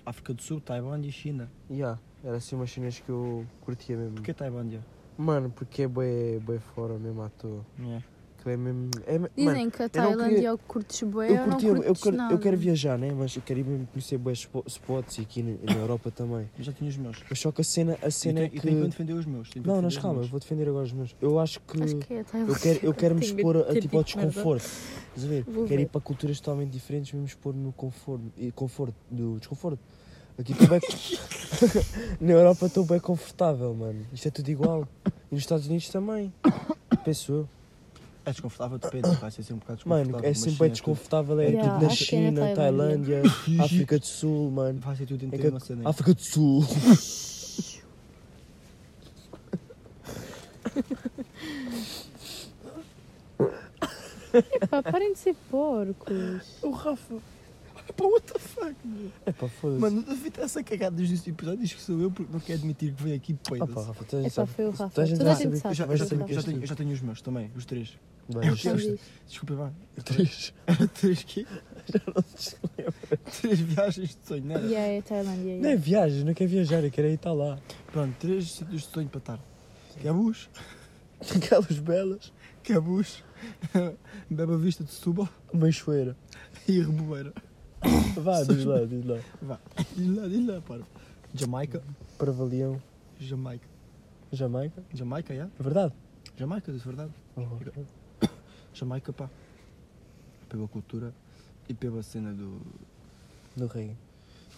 África do Sul, Tailândia e China.
Yeah, era assim umas chineses que eu curtia mesmo.
Porquê Tailândia?
Mano, porque é bem, bem fora mesmo à toa.
É.
Aquilo é mesmo. É, me- mano,
Dizem que a
eu não
Tailândia
queria-
é o que curtes bué, eu,
eu,
não
curtia,
curto
eu, quero,
nada.
eu quero viajar, né? Mas eu quero ir mesmo conhecer bem spots e aqui na, na Europa também.
Eu já tinha os meus.
Mas só que a cena, a cena
eu,
é
tenho,
que.
eu tenho que defender os meus. tenho que
Não,
defender
mas
os
calma, eu
meus.
vou defender agora os meus. Eu acho que,
Acho que é a
eu
Tailândia.
quero, eu quero me
Tenho
expor a,
medo de ter
tipo, ao
dito merda.
desconforto. Estás a ver?
Vou
Quero ir
ver.
para culturas totalmente diferentes, mesmo expor-me no conforto, e conforto, do desconforto. Aqui estou bem. Na Europa estou bem confortável, mano. Isto é tudo igual. E nos Estados Unidos também. Penso eu.
É desconfortável, depende. Vai ser sempre um bocado desconfortável.
Mano, é
mas
sempre
sim,
bem desconfortável. É
Yeah,
tipo na
acho que é na
China, Tailândia,
Tailândia.
África do Sul, mano.
tudo- Vai ser tudo
É
inteiro
que
uma cena.
a- África do Sul.
Epá, parem de ser porcos.
O Rafa. Pá, what the fuck?
É pá, foda-se.
Mano, o David essa cagada desde esse episódio diz que sou eu porque não quer admitir que veio aqui e
Ah, pá,
peida-se.
é
Rafa, tu já
Epá,
sabes-
foi o
tu já
Rafa. Toda a gente
sabes-
Eu
sabe.
Tá,
já,
Toda
eu
a
já
Mas
gente
que
tenho, eu já,
este-
tenho, eu já tenho os meus também, os três.
Bem,
já-
sabe.
Desculpa, vá.
três.
Três quê? Três viagens de sonho, né? não era?
Yeah, é Tailândia.
Não é
yeah.
viagem, não quer viajar, eu quero é ir estar lá.
Pronto, três sítios de sonho para estar. Cabus,
Aquelas belas.
Cabus, Beba Vista de Suba
Meixoeira.
e Reboeira.
Vá, diz lá, diz lá.
Vá, diz lá, diz lá, para. Jamaica,
Parvalião,
Jamaica,
Jamaica.
Jamaica, é?
É verdade?
Jamaica, de verdade. Uhum. Jamaica, pá. Pela cultura e pela cena do,
Do rei.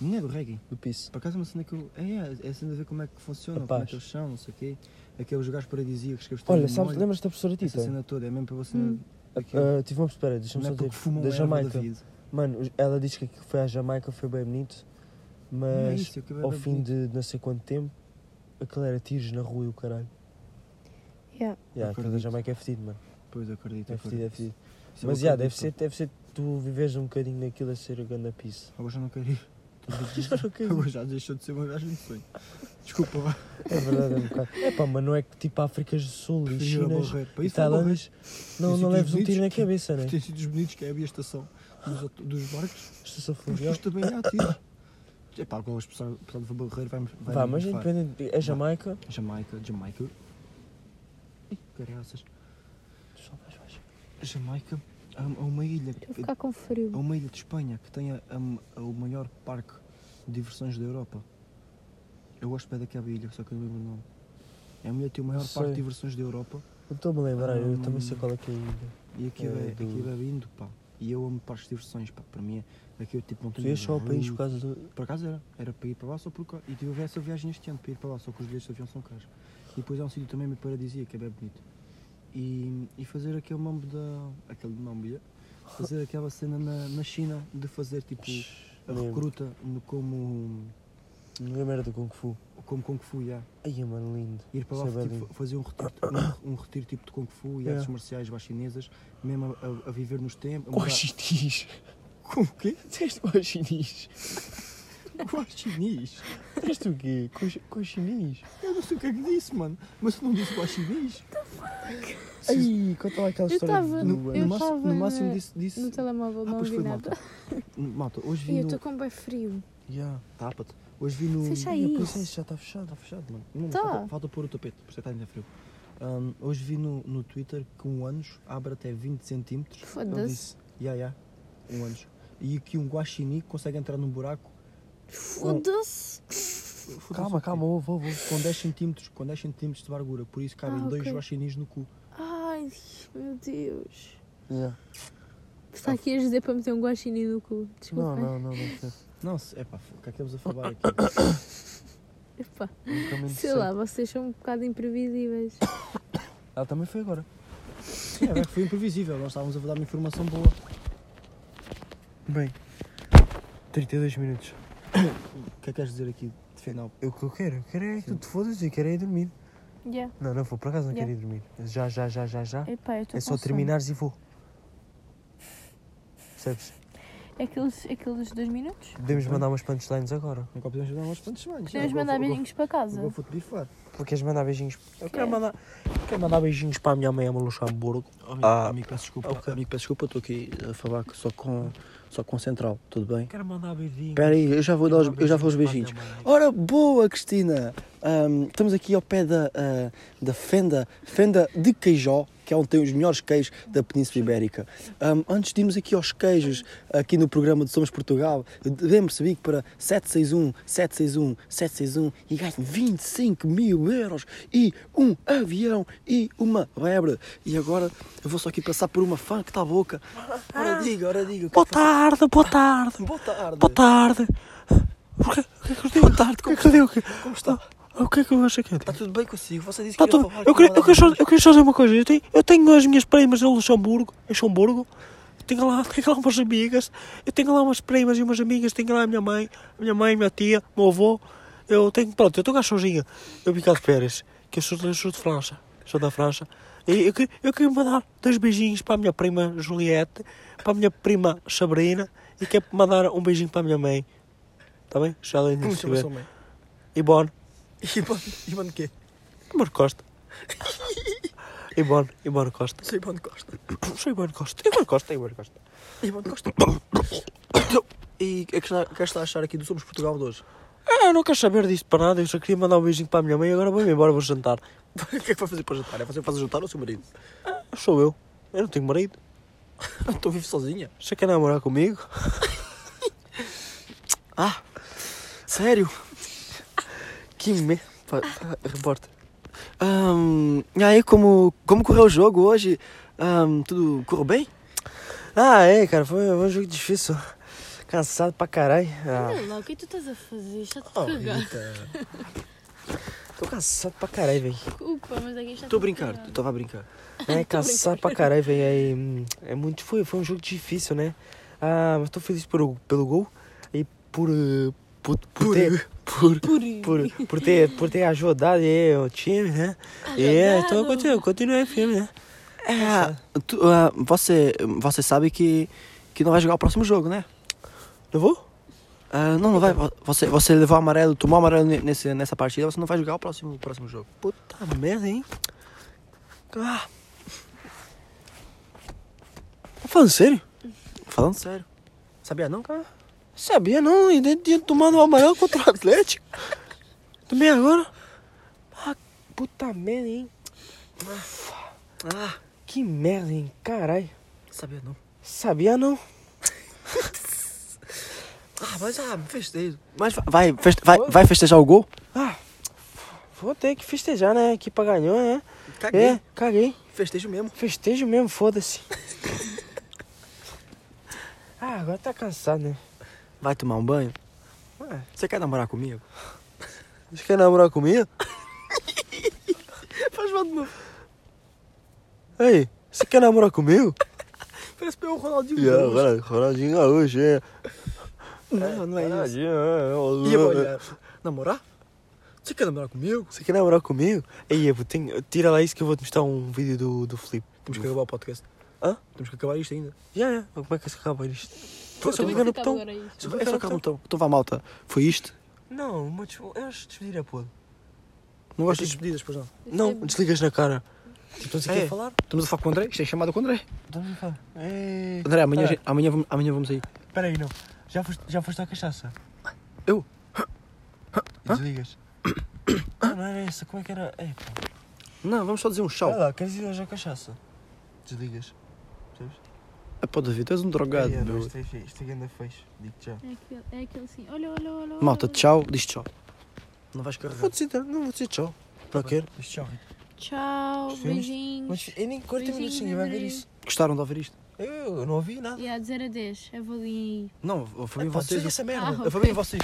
Não é do reggae.
do piso.
Por acaso é uma cena que eu. É, é, é a cena de ver como é que funciona,
Capaz.
como é que eles são, não sei o quê. Aqueles lugares paradisíacos que eles têm
Olha,
de
sabes,
molho.
lembras da professora
Essa
Tita?
cena toda, é mesmo para você. Hum.
Ah, tivemos, espera, deixa-me
não
só
é
dizer.
porque fumam
da
uma erva da
Jamaica. Ah,
vida.
Mano, ela diz que aquilo que foi à Jamaica foi bem bonito,
Não é
mas
isso, é que é
ao
bem
fim de não sei quanto tempo, aquilo era tiros na rua e o caralho.
Yeah.
Yeah, aquilo da
Acredito.
Jamaica é fedido, mano.
Pois, eu acredito.
É
eu
fedido, é fedido.
Isso eu
Mas já, deve
acredito.
ser, deve ser tu viveres um bocadinho naquilo a ser a ganda É pisse.
Agora já não quero ir.
Já não quero ir.
Agora já deixou de ser uma viagem de sonho. Desculpa, vá.
É verdade, é um bocado. É pá, mas não é que tipo Áfricas do Sul e
Prefiro ir a
Chinas
morrer. Para
e
isso vou morrer.
Tailandas não,
Tem
não
sítios
leves um tiro na
bonitos que-
cabeça, né?
Tem sítios bonitos que é a estação dos, aut- dos barcos.
Estação
Mas
fluvial.
depois também há tiros. É pá, agora as pessoas pessoal de Barreiro vai-me. vai
Vá,
me
mas
bufar.
independente, é Jamaica.
Jamaica, Jamaica. Ih, Caraças. Jamaica é uma- é uma ilha.
Estou a ficar com frio.
É uma ilha de Espanha que tem a- a- o maior parque de diversões da Europa. Eu gosto bem daquela ilha, só que eu não lembro o nome. É uma ilha que tem o maior
Não
parque
sei.
de diversões da Europa
Eu estou-me a lembrar, eu
Hum.
também sei qual é que é a ilha.
e aqui é,
É,
é,
do-
aquilo é lindo, pá. E eu amo parques de diversões, pá. Para mim, é- aqui eu tipo não
Tu
tenho.
ias só ao país por
por...
causa do.
por acaso era. Era para ir para lá só porque. E tive essa viagem este ano para ir para lá, só que os bilhetes de avião são caros. E depois é um sítio também meio paradisíaco, que é bem bonito. E, e fazer aquele mambo da. aquele mambo, yeah. fazer aquela cena na, na China de fazer tipo. A
Lembro.
recruta no- como.
Não é merda Kung Fu.
como Kung Fu, já.
Ai, mano, lindo.
Ir para lá
Isso é bem
tipo,
lindo.
fazer um retiro, um, um retiro tipo de Kung Fu e
É.
artes marciais para as chinesas, mesmo a, a- a viver nos tempos. a
Com
mudar-
os chinês.
Com o quê?
Dizeste com os chinês.
Com os chinês?
Dizeste o quê? Com os- Com os chinês.
Eu não sei o que é que disse, mano. Mas eu não disse com os chinês.
Ai, conta lá aquela
Eu
história
tava-
do-
No,
Então, Eu
no, máximo,
tava
no
na-
máximo disse. disse...
No telemóvel
Ah,
não
pois
ouvi
foi,
nada.
malta.
tá.
Malta, hoje
E
vi
eu
no.
estou com bem frio.
Yeah.
Tapa-te. Hoje vi no.
Fecha aí.
E a
Isso.
princesa já está fechada.
Está tá fechado, mano. Não,
Tá.
falta, falta pôr o tapete, por isso é que está ainda frio. Ahm, hoje vi no, no Twitter que um ânus abre até 20 centímetros.
é.
Foda-se.
Ya, ya. Um ânus. E que um guaxini consegue entrar num buraco.
Foda-se.
Foda-se o
Calma,
quê?
calma, ouve, ouve. ouve.
Com 10 centímetros, com 10 centímetros de largura. Por isso cabem
Ah,
dois
ok.
guaxinins no cu.
Ai, meu Deus.
Yeah.
Está aqui a dizer para meter um guaxinim no cu.
Não,
Desculpa.
não, não, não. sei.
Não, se- é pá, o que é que estamos a falar aqui?
Epá,
Nunca me
sei lá, vocês são um bocado imprevisíveis.
Ela também foi agora.
É, bem, foi imprevisível, nós estávamos a dar uma informação boa.
Bem, 32 minutos.
O que é que queres dizer aqui de final?
Eu que eu quero, eu quero é que
Sim.
tu te fodas e quero é ir dormir.
Yeah.
Não, não vou, por acaso não
Yeah.
quero ir dormir. Já, já, já, já, já.
Epá, eu estou
É só terminares e vou. Percebes?
É Aqueles, aqueles dois minutos?
Podemos mandar umas punchlines agora.
Nunca podemos dar umas quantas semanas.
Podemos mandar beijinhos para casa.
Agora vou-te bifar.
Porque queres mandar beijinhos? Eu quero
Quero.
mandar, quero mandar beijinhos para a minha mãe, a Luxemburgo.
Oh, Amigo,
Ah.
amigo, peço desculpa. Amigo, peço desculpa, estou aqui a falar que só com, só com central, tudo bem?
Quero mandar beijinhos.
Espera aí, eu já vou, dar os, eu já vou os beijinhos. Ora, boa, Cristina! Ahm, estamos aqui ao pé da, ah, da Fenda, Fenda de Queijó, que é onde tem os melhores queijos da Península Ibérica. Ahm, antes de irmos aqui aos queijos, aqui no programa de Somos Portugal, lembro-me, sabia que para 761, 761, 761 e ganho 25 mil euros e um avião e uma lebre. E agora eu vou só aqui passar por uma fã que está boca. Ora diga, ora diga. o que é
Ah. Boa
que faz-
tarde, boa tarde,
Boa tarde.
boa tarde. O que, o que é que eu digo?
Boa tarde,
o que é que eu digo? Como
está?
O que é que eu acho que eu digo?
Está Tá tudo bem consigo? Você disse
Tá
que queria
tudo-
falar
eu,
com
queria, eu,
ela
queria só,
depois.
eu queria só dizer uma coisa. Eu tenho, eu tenho as minhas primas em Luxemburgo, em Luxemburgo. Tenho lá, tenho lá umas amigas. Eu tenho lá umas primas e umas amigas. Tenho lá a minha mãe, a minha mãe, minha tia, meu avô. Eu tenho, pronto, eu estou cá sozinha. Eu vim cá de férias, que eu sou, eu sou de França. Sou da França. E eu, que- eu queria mandar dois beijinhos para a minha prima Juliette, para a minha prima Sabrina e quero mandar um beijinho para a minha mãe. Está bem? Já dei
Como chama a sua mãe?
Ivone.
Ivan- Ivan quê?
Ivone Costa. Ivone, Ivone Costa.
Sou Ivan Costa.
Sou Ivone Costa. Ivone Costa, Ivone Costa.
Ivan Costa. e o que é que está- o que é que está a achar aqui do Somos Portugal de hoje?
Ah, eu não quero saber disso para nada. Eu só queria mandar um beijinho para a minha mãe. Agora vou-me embora, vou jantar.
O que é que vai fazer para jantar? É você que faz o jantar ou o seu marido?
Sou eu. Eu não tenho marido.
Estou vivo sozinha?
Você quer namorar comigo?
Ah, sério?
Que me... Pá, ah, Repórter.
Ahm, e aí, como, como correu o jogo hoje? Ahm, tudo correu bem?
Ah, é, cara. Foi um jogo difícil.
Cansado pra caralho. Ah,
Olha lá, o que é que tu estás a fazer? Está-te
Oh,
a cagar.
Rita.
tô cansado pra caralho, velho.
Desculpa, mas aqui está
Estou a brincar, estava a brincar.
É, cansado pra caralho, velho. É, é muito. Foi, foi um jogo difícil, né? Ah, mas tô feliz pelo, pelo gol e por. eh, Por, por, ter, por, por, por ter, por ter ajudado eh, o time, né? E é, então
Ajudado.
continua, continua firme, né?
É, tu, ah, você, você sabe que, que não vai jogar o próximo jogo, né?
Não vou?
Ah, não, não vai. Você, você levou amarelo, tomou amarelo ne- nesse, nessa partida, você não vai jogar o próximo, o próximo jogo.
Puta merda, hein? Tá, Ah. Tá falando sério?
Hum. Falando sério. Sabia não, cara?
Sabia não, e dentro de tomando o amarelo contra o Atlético. Também agora. Ah, puta merda, hein?
Ah,
Que merda, hein? Caralho.
sabia não.
Sabia não?
Ah, mas ah, festejo. Mas va- vai, feste- vai, vai festejar o gol?
Ah, vou ter que festejar, né? A equipa ganhou, né? É, caguei.
Festejo mesmo.
Festejo mesmo, foda-se. ah, agora tá cansado, né?
Vai tomar um banho?
Ué.
Você quer namorar comigo?
Você quer namorar comigo?
Faz mal de novo.
Aí, você quer namorar comigo?
Parece o Ronaldinho.
E agora, Ronaldinho Gaúcho, é.
Não, não é isso.
Ronaldinho, é,
E eu
é, é.
olhar. Namorar? Você quer namorar comigo?
Você quer namorar comigo? Ei, Evo, tem, tira lá isso que eu vou te mostrar um vídeo do, do Flip.
Temos que acabar o podcast.
Hã?
Temos que acabar isto ainda.
Já, já. Como é que se acaba isto?
Pô,
Só
eu
clicar no
Acaba
botão.
agora isto.
Só- É só acabar o botão. Então vá, malta. Foi isto.
Não, mas tipo, eu acho que despedir é podre.
Não gosto de despedidas, pois não.
Não,
É
desligas na cara. Tipo, você
É.
quer falar? Então
Estamos a falar com o André? Isto é chamada com o André.
É.
André, amanhã,
Pera.
a gente- amanhã, vamos- amanhã vamos aí.
Espera aí, não. Já foste, já foste à cachaça?
Eu?
Desligas. Ah, não era essa. Como é que era? Ei, pá.
Não, vamos só dizer um tchau.
Vai lá, queres ir hoje à cachaça? Desligas. Percebes?
Ah, Pô, David, tu és um drogado.
Ei,
meu.
Evo, Isto é feio, isto ainda fez. Digo já.
É aquele, é aquele assim. Olha, olha, olha. olha.
Malta, tchau. Diz tchau. Não vais
Vou
carregar.
dizer, não vou dizer tchau. Para quê?
Diz tchau. Rita.
Tchau,
Filmes?
beijinhos.
Mas eu nem 40
Beijinhos,
minutos ninguém vai ver
André.
isso.
Gostaram de ouvir isto?
Eu, eu não ouvi nada.
E a 0 a 10, avaliem aí.
Não, foi bem
Vocês
vocês.
essa merda.
Ah,
Foi bem vocês.